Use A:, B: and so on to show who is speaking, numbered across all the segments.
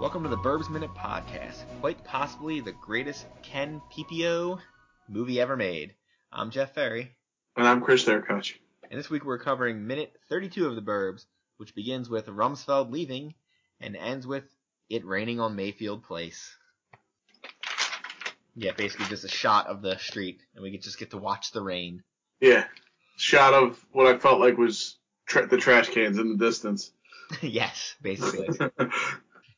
A: Welcome to the Burbs Minute Podcast, quite possibly the greatest Ken PPO movie ever made. I'm Jeff Ferry,
B: And I'm Chris Therkoch.
A: and this week we're covering minute 32 of the Burbs, which begins with Rumsfeld leaving and ends with it raining on Mayfield Place. Yeah, basically just a shot of the street, and we could just get to watch the rain.
B: Yeah. Shot of what I felt like was tra- the trash cans in the distance.
A: yes, basically.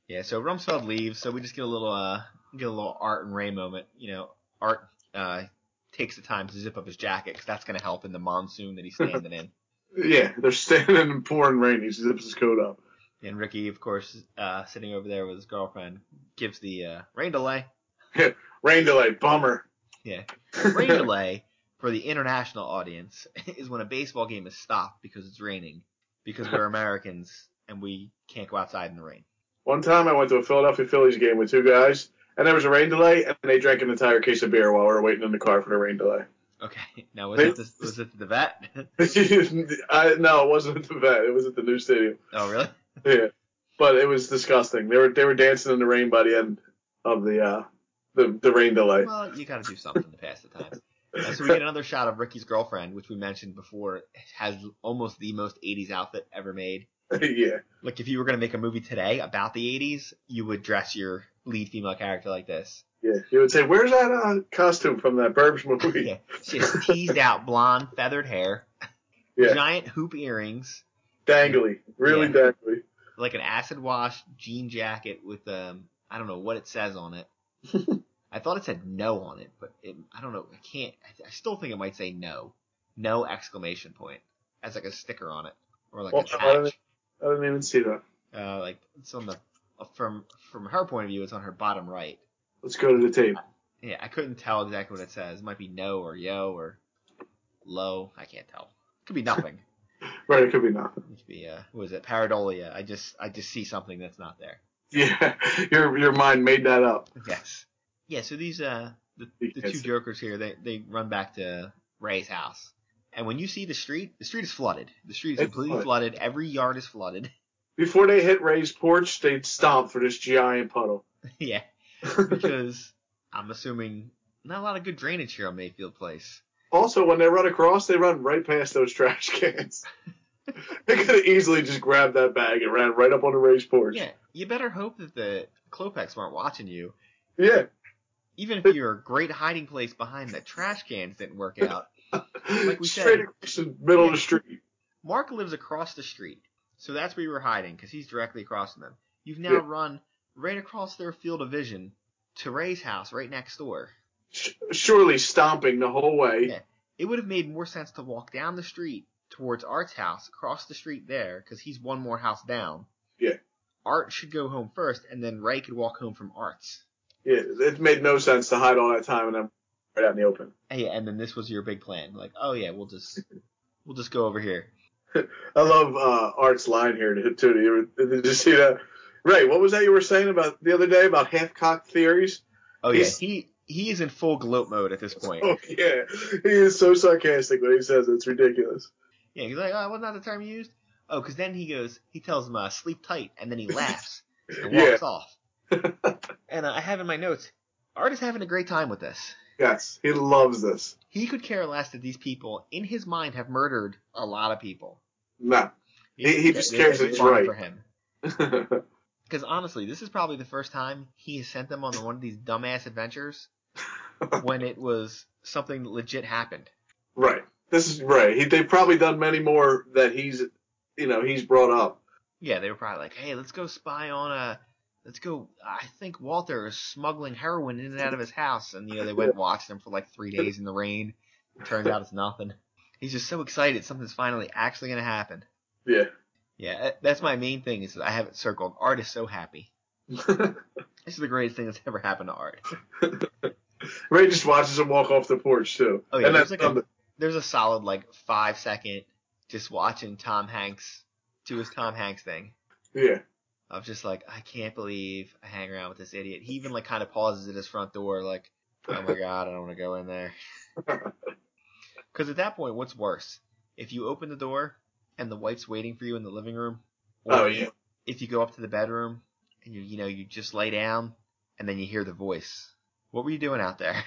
A: Yeah, so Rumsfeld leaves, so we just get a little uh get a little Art and Ray moment. You know, Art uh takes the time to zip up his jacket because that's gonna help in the monsoon that he's standing in.
B: yeah, they're standing in pouring rain. He zips his coat up.
A: And Ricky, of course, uh sitting over there with his girlfriend, gives the uh, rain delay,
B: Rain delay, bummer.
A: Yeah. rain delay for the international audience is when a baseball game is stopped because it's raining because we're Americans and we can't go outside in the rain.
B: One time I went to a Philadelphia Phillies game with two guys, and there was a rain delay, and they drank an entire case of beer while we were waiting in the car for the rain delay.
A: Okay, now was it the, was it the vet?
B: I, no, it wasn't at the vet. It was at the new stadium.
A: oh really?
B: Yeah, but it was disgusting. They were they were dancing in the rain by the end of the uh the, the rain delay.
A: Well, you got to do something to pass the time. Uh, so we get another shot of Ricky's girlfriend, which we mentioned before, has almost the most 80s outfit ever made.
B: yeah,
A: Like, if you were going to make a movie today about the 80s, you would dress your lead female character like this.
B: yeah. You would say, "Where's that uh, costume from that Burbs movie?"
A: Yeah. She has teased out blonde feathered hair,
B: Yeah.
A: giant hoop earrings,
B: Dangly, really dangly.
A: like an acid wash jean jacket with, um, I don't know what it says on it. I thought it said no on it, but it, I don't know. I can't. I, I still think it might say no. No exclamation point as like a sticker on it or like
B: Well,
A: a
B: I don't-
A: patch.
B: I didn't even see that.
A: Uh, like it's on the uh, from from her point of view, it's on her bottom right.
B: Let's go to the tape.
A: Yeah, I couldn't tell exactly what it says. It might be no or yo or low. I can't tell. Could be nothing.
B: Right, it could be nothing.
A: it could be uh, what is it? Pareidolia. I just I just see something that's not there.
B: Yeah, your your mind made that up.
A: Yes. Yeah, so these uh the, Mm-hmm. the
B: Yes.
A: two jokers here, they they run back to Ray's house. And when you see the street, the street is flooded. The street is
B: It's
A: completely flooded. Every yard is flooded.
B: Before they hit Ray's porch, they stomped for this giant puddle.
A: yeah. Because I'm assuming not a lot of good drainage here on Mayfield Place.
B: Also, when they run across, they run right past those trash cans. they could have easily just grabbed that bag and ran right up on the Ray's porch.
A: Yeah. You better hope that the Klopex weren't watching you.
B: Yeah.
A: Even if your great hiding place behind the trash cans didn't work out. Like we
B: Straight
A: said.
B: across the middle of
A: Yeah.
B: the street.
A: Mark lives across the street, so that's where you were hiding because he's directly across from them. You've now
B: Yeah.
A: run right across their field of vision to Ray's house right next door.
B: Sh- Surely stomping the whole way.
A: Yeah. It would have made more sense to walk down the street towards Art's house, across the street there, because he's one more house down.
B: Yeah.
A: Art should go home first, and then Ray could walk home from Art's.
B: Yeah, it made no sense to hide all that time and then right out in the open.
A: And, yeah, and then this was your big plan, like, oh yeah, we'll just we'll just go over here.
B: I love uh, Art's line here too. Did you, did you see that? Ray, what was that you were saying about the other day about half-cocked theories?
A: Oh yeah,
B: He's-
A: he he is in full gloat mode at this point.
B: Oh yeah, he is so sarcastic when he says it. it's ridiculous.
A: Yeah, he's like, oh, wasn't that the term you used? Oh, because then he goes, he tells him, uh, sleep tight, and then he laughs and walks off. and uh, I have in my notes, Art is having a great time with this.
B: Yes, he loves this.
A: He could care less that these people, in his mind, have murdered a lot of people.
B: No, He- he just cares that
A: it's
B: he's
A: fun
B: right.
A: for him.
B: yeah,
A: Because honestly, this is probably the first time he has sent them on one of these dumbass adventures when it was something that legit happened.
B: right. This is Ray. He, they've probably done many more that he's, you know, he's brought up.
A: Yeah, they were probably like, "Hey, let's go spy on a, let's go." I think Walter is smuggling heroin in and out of his house, and you know they went and watched him for like three days in the rain. turns out it's nothing. He's just so excited, something's finally actually gonna happen.
B: Yeah.
A: Yeah, that- that's my main thing is that I have it circled. Art is so happy. This is the greatest thing that's ever happened to Art.
B: Ray just watches him walk off the porch too.
A: Oh, yeah,
B: and
A: there's
B: that's
A: like a- There's a solid like five second just watching Tom Hanks do his Tom Hanks thing.
B: yeah.
A: of just like I can't believe I hang around with this idiot. He even like kind of pauses at his front door, like, oh my god, I don't want to go in there. Because at that point, what's worse, if you open the door and the wife's waiting for you in the living room,
B: Oh yeah.
A: if you go up to the bedroom and you you know you just lay down and then you hear the voice. What were you doing out there?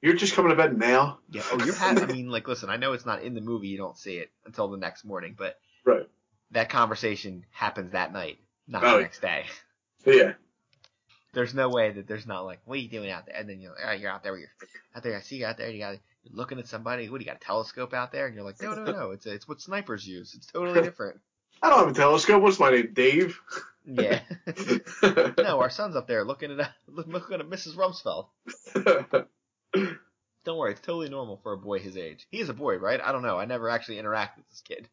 B: You're just coming to bed now.
A: Yeah. Oh, you're having. I mean, like, listen. I know it's not in the movie. You don't see it until the next morning, but
B: Right.
A: that conversation happens that night, not
B: Oh,
A: the
B: yeah.
A: next day.
B: Yeah.
A: There's no way that there's not like, what are you doing out there? And then you're like, all right, you're out there. You're out there. I see you out there. You got you're looking at somebody. What do you got a telescope out there? And you're like, no, no, no. It's it's what snipers use. It's totally different.
B: I don't have a telescope. What's my name? Dave?
A: Yeah. no, our son's up there looking at a, looking at Mrs. Rumsfeld. Don't worry, it's totally normal for a boy his age. He is a boy, right? I don't know. I never actually interact with this kid.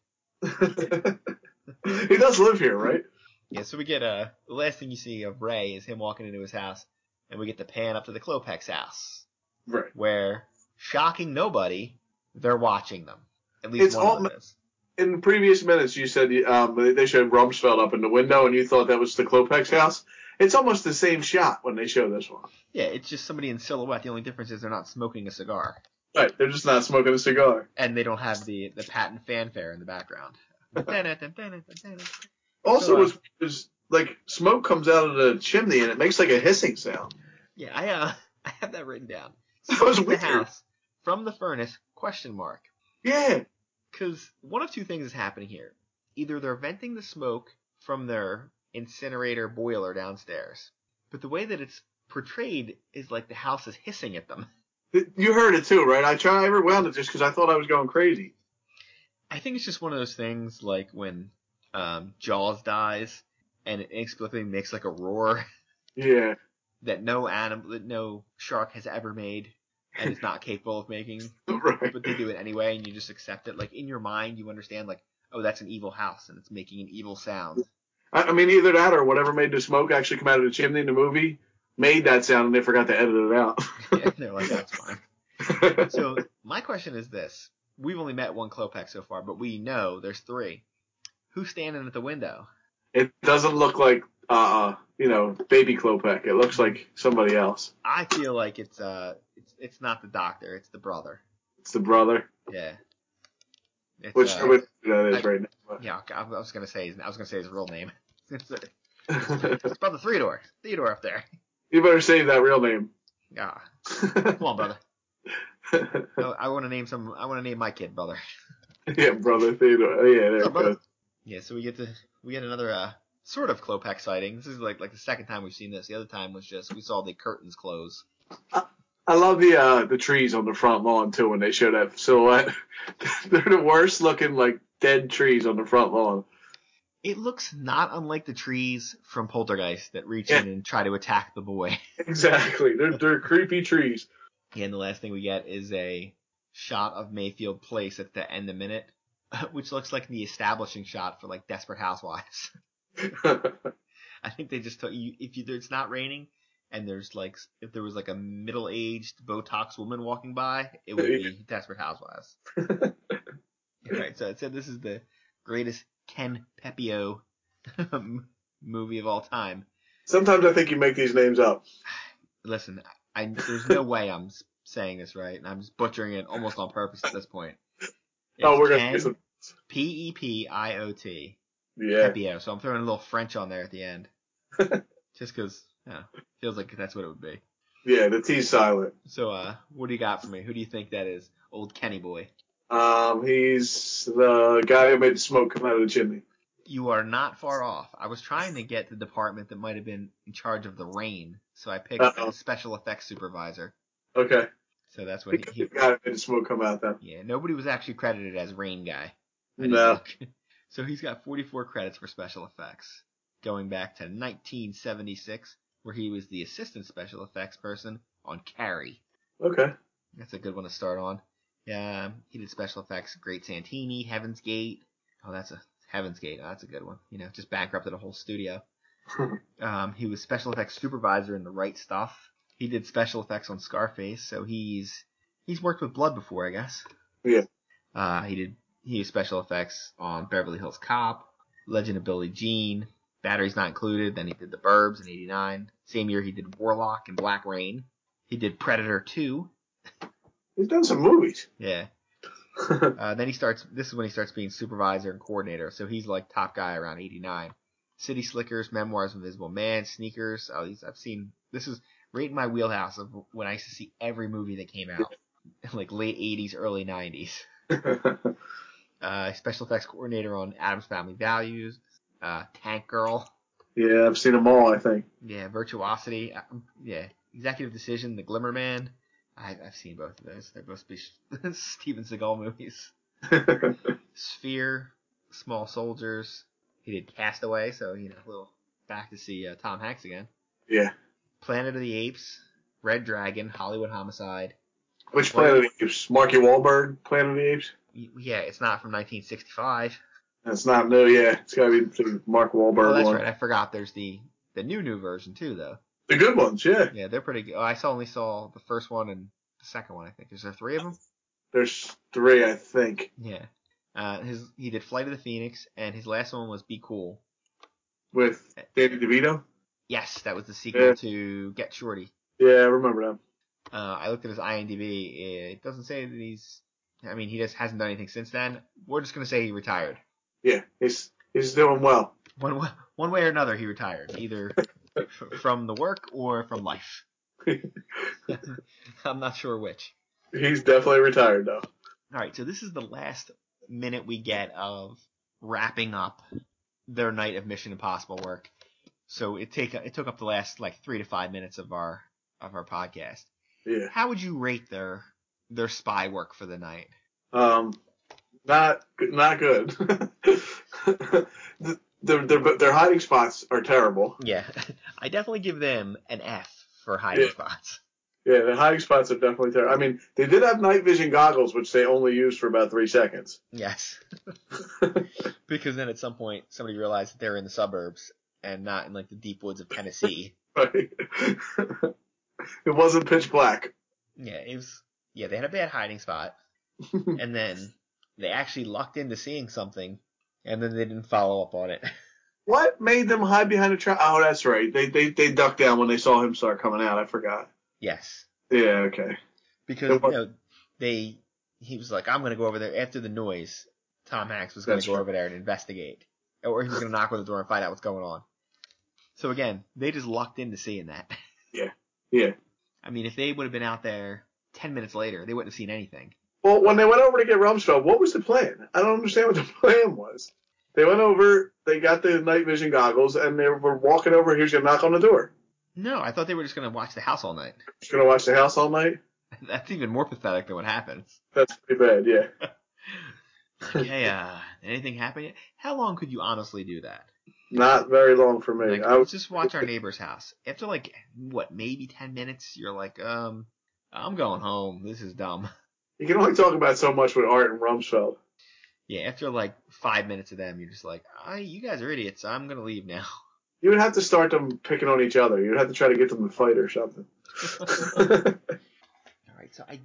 B: he does live here, right?
A: Yeah, so we get uh the last thing you see of Ray is him walking into his house, and we get the pan up to the Klopex house,
B: Right.
A: where shocking nobody, they're watching them. At least
B: It's
A: one of
B: all-
A: them is.
B: In previous minutes, you said um, they showed Rumsfeld up in the window, and you thought that was the Klopex house. It's almost the same shot when they show this one.
A: Yeah, it's just somebody in silhouette. The only difference is they're not smoking a cigar,
B: Right. They're just not smoking a cigar.
A: and they don't have the the patent fanfare in the background.
B: Also,
A: So, uh,
B: was, was like smoke comes out of the chimney, and it makes like a hissing sound.
A: Yeah, I uh, I have that written down.
B: That was
A: From the
B: weird.
A: house from the furnace? Question mark.
B: Yeah.
A: Because one of two things is happening here. Either they're venting the smoke from their incinerator boiler downstairs, but the way that it's portrayed is like the house is hissing at them.
B: Th- You heard it too, right? I tried. I rewound it just because I thought I was going crazy.
A: I think it's just one of those things like when um, Jaws dies and it inexplicably makes like a roar
B: Yeah.
A: that no animal, that no shark has ever made and is not capable of making.
B: right.
A: but they do it anyway, and you just accept it. Like in your mind, you understand like, oh, that's an evil house, and it's making an evil sound.
B: I, I mean, either that or whatever made the smoke actually come out of the chimney in the movie made that sound, and they forgot to edit it out.
A: and they're like, that's fine. So my question is this: We've only met one Klopak so far, but we know there's three. Who's standing at the window?
B: It doesn't look like, uh, you know, baby Klopek. It looks like somebody else.
A: I feel like it's uh, it's it's not the doctor, it's the brother.
B: It's the brother,
A: Yeah. It's,
B: which
A: uh,
B: I wouldn't know who that is
A: I-
B: right
A: yeah, I I was gonna say his, I was gonna say his real name. it's, uh,
B: now.
A: it's brother Theodore. Theodore up there.
B: you better save that real name.
A: Yeah. Come on, brother. Oh, I want to name some. I want to name my kid, brother.
B: yeah, brother Theodore. Yeah, there
A: Yeah,
B: it
A: brother.
B: goes.
A: Yeah, so we get to we get another uh, sort of Klopak sighting. This is like like the second time we've seen this. The other time was just we saw the curtains close.
B: I love the uh, the trees on the front lawn too when they show that silhouette. They're the worst looking like dead trees on the front lawn.
A: It looks not unlike the trees from Poltergeist that reach in and try to attack the boy.
B: Exactly. They're they're creepy trees.
A: And the last thing we get is a shot of Mayfield Place at the end of the minute, which looks like the establishing shot for like Desperate Housewives. I think they just took you if you, it's not raining and there's like if there was like a middle-aged Botox woman walking by, it would be Desperate Housewives. All right, so it said this is the greatest Ken Pepio movie of all time.
B: Sometimes I think you make these names up.
A: Listen, I, there's no way I'm s- saying this right, and I'm just butchering it almost on purpose at this point.
B: oh,
A: It's
B: we're gonna
A: Ken
B: get some.
A: P E P I O T
B: Yeah.
A: Pepio. So I'm throwing a little French on there at the end, just because yeah, feels like that's what it would be.
B: Yeah, the T's silent.
A: So, uh, what do you got for me? Who do you think that is? Old Kenny boy.
B: Um, he's the guy who made the smoke come out of the chimney.
A: You are not far off. I was trying to get the department that might have been in charge of the rain, so I picked
B: Uh-oh.
A: a special effects supervisor.
B: Okay.
A: So that's what
B: The
A: he, he.
B: guy who made the smoke come out then.
A: Yeah, nobody was actually credited as rain guy. I didn't
B: No.
A: look. So he's got 44 credits for special effects, going back to 1976, where he was the assistant special effects person on Carrie.
B: Okay.
A: That's a good one to start on. Um, he did special effects, Great Santini, Heaven's Gate. Oh, that's a Heaven's Gate. Oh, that's a good one. You know, just bankrupted a whole studio. Um, he was special effects supervisor in The Right Stuff. He did special effects on Scarface, so he's he's worked with blood before, I guess.
B: Yeah.
A: Uh, he did he was special effects on Beverly Hills Cop, Legend of Billy Jean, Batteries Not Included. Then he did The Burbs in '89. Same year he did Warlock and Black Rain. He did Predator 2.
B: he's done some movies.
A: Yeah. Uh, then he starts. This is when he starts being supervisor and coordinator. So he's like top guy around '89. City Slickers, Memoirs of Invisible Man, Sneakers. Oh, these I've seen. This is right in my wheelhouse of when I used to see every movie that came out, like late '80s, early '90s. Uh, special effects coordinator on Adam's Family Values, uh, Tank Girl.
B: yeah, I've seen them all. I think.
A: Yeah, Virtuosity. Uh, yeah, Executive Decision, The Glimmer Man. I, I've seen both of those. They're both spe- Steven Seagal movies. Sphere, Small Soldiers. He did Castaway, so you know, a little back to see uh, Tom Hanks again.
B: yeah.
A: Planet of the Apes, Red Dragon, Hollywood Homicide.
B: Which Planet of the Apes? Marky Wahlberg, Planet of the Apes.
A: Y- Yeah, it's not from 1965.
B: That's not new. Yeah, it's got to be the Mark Wahlberg
A: Oh, that's
B: one.
A: right. I forgot. There's the the new new version too, though.
B: The good ones. Yeah.
A: Yeah, they're pretty good. Oh, I saw, only saw the first one and the second one. I think is there three of them.
B: There's three, I think,
A: Yeah. Uh, his he did Flight of the Phoenix, and his last one was Be Cool.
B: with David DeVito.
A: Yes, that was the sequel
B: Yeah.
A: to Get Shorty.
B: Yeah, I remember them.
A: Uh, I looked at his IMDb. It doesn't say that he's. I mean, he just hasn't done anything since then. We're just gonna say he retired.
B: Yeah, he's he's doing well.
A: One wa- one way or another, he retired, either f- from the work or from life. I'm not sure which.
B: He's definitely retired though.
A: All right, so this is the last minute we get of wrapping up their night of Mission Impossible work. So it take it took up the last like three to five minutes of our of our podcast.
B: Yeah.
A: How would you rate their their spy work for the night?
B: Um, not not good. the, their, their their hiding spots are terrible.
A: Yeah, I definitely give them an F for hiding
B: Yeah.
A: spots.
B: Yeah, the hiding spots are definitely terrible. I mean, they did have night vision goggles, which they only used for about three seconds.
A: Yes, because then at some point somebody realized that they're in the suburbs and not in like the deep woods of Tennessee.
B: Right? it wasn't pitch black.
A: Yeah, it was. Yeah, they had a bad hiding spot, and then they actually lucked into seeing something, and then they didn't follow up on it.
B: What made them hide behind a trap? Oh, that's right. They, they they ducked down when they saw him start coming out. I forgot.
A: yes,
B: Yeah. Okay.
A: because
B: It
A: you
B: wa-
A: know they. He was like, "I'm gonna go over there after the noise." Tom Hanks was gonna
B: That's
A: go
B: right.
A: over there and investigate, or he was gonna knock on the door and find out what's going on. So again, they just lucked into seeing that.
B: Yeah.
A: I mean, if they would have been out there ten minutes later, they wouldn't have seen anything.
B: Well, when they went over to get Rumsfeld, what was the plan? I don't understand what the plan was. They went over, they got the night vision goggles, and they were walking over. He was gonna knock on the door.
A: No, I thought they were just gonna watch the house all night.
B: He's gonna watch the house all night.
A: That's even more pathetic than what happens.
B: That's pretty bad. Yeah.
A: Like, hey, uh, anything happen yet? How long could you honestly do that?
B: Not very long for me.
A: Like,
B: I was,
A: let's just watch our neighbor's house. After like what, maybe ten minutes, you're like, um, I'm going home. This is dumb.
B: you can only talk about so much with Art and Rumsfeld.
A: Yeah, after like five minutes of them, you're just like, I, you guys are idiots. I'm gonna leave now.
B: You would have to start them picking on each other. You'd have to try to get them to fight or something.
A: All right, so I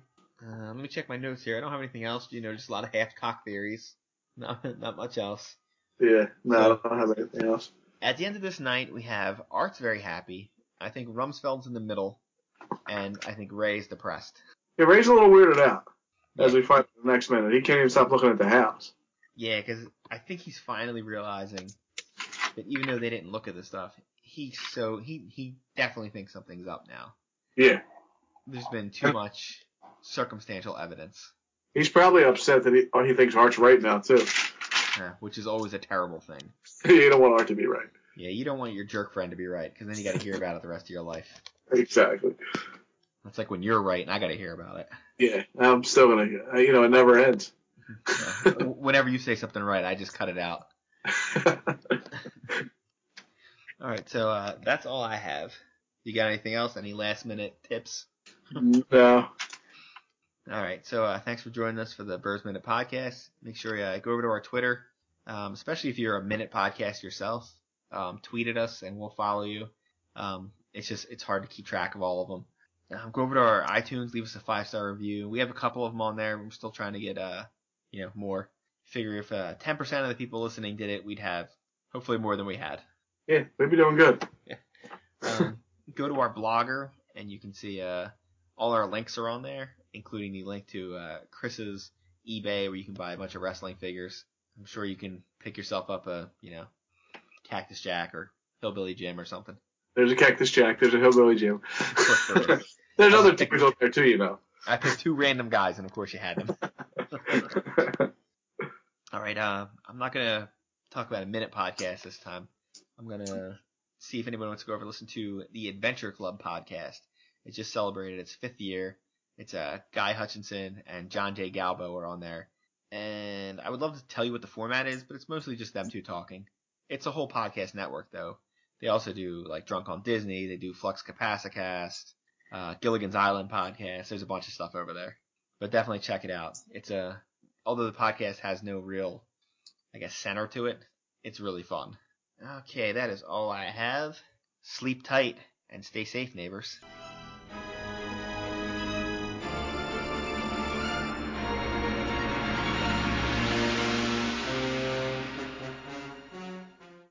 A: uh, let me check my notes here. I don't have anything else. You know, just a lot of half cock theories. Not not much else.
B: yeah. No, I don't have anything else.
A: At the end of this night, we have Art's very happy. I think Rumsfeld's in the middle, and I think Ray's depressed.
B: Yeah, Ray's a little weirded out as we find the next minute. He can't even stop looking at the house.
A: Yeah, because I think he's finally realizing that even though they didn't look at the stuff, he so he he definitely thinks something's up now.
B: Yeah.
A: There's been too much circumstantial evidence,
B: He's probably upset that he, oh, he thinks Art's right now, too.
A: uh, which is always a terrible thing.
B: you don't want Art to be right.
A: Yeah, you don't want your jerk friend to be right, because then you got to hear about it the rest of your life.
B: Exactly.
A: That's like when you're right and I got to hear about it.
B: Yeah, I'm still going to, you know, it never ends.
A: Yeah. W- Whenever you say something right, I just cut it out. All right, so uh, that's all I have. You got anything else? Any last minute tips?
B: no.
A: All right. So uh, thanks for joining us for the Birds Minute podcast. Make sure you uh, go over to our Twitter, um, especially if you're a minute podcast yourself. Um, tweet at us and we'll follow you. Um, it's just it's hard to keep track of all of them. Um, go over to our iTunes, leave us a five star review. We have a couple of them on there. We're still trying to get uh you know more. Figure if uh, 10% of the people listening did it, we'd have hopefully more than we had.
B: Yeah, we'd be doing good.
A: Um, go to our blogger and you can see uh, all our links are on there, including the link to uh, Chris's eBay where you can buy a bunch of wrestling figures. I'm sure you can pick yourself up a you know Cactus Jack or Hillbilly Jim or something.
B: There's a Cactus Jack. There's a Hillbilly Jim.
A: Of course there is.
B: There's other teams out there too, you know.
A: I picked two random guys, and of course you had them. All right, uh, I'm not gonna talk about a minute podcast this time. I'm gonna see if anyone wants to go over and listen to the Adventure Club podcast. It just celebrated its fifth year. It's uh, Guy Hutchinson and John J. Galbo are on there, and I would love to tell you what the format is, but it's mostly just them two talking. It's a whole podcast network though. They also do like Drunk on Disney. They do Flux Capacicast, uh, Gilligan's Island podcast. There's a bunch of stuff over there, but definitely check it out. It's a although the podcast has no real, I guess, center to it, it's really fun. Okay, that is all I have. Sleep tight and stay safe, neighbors.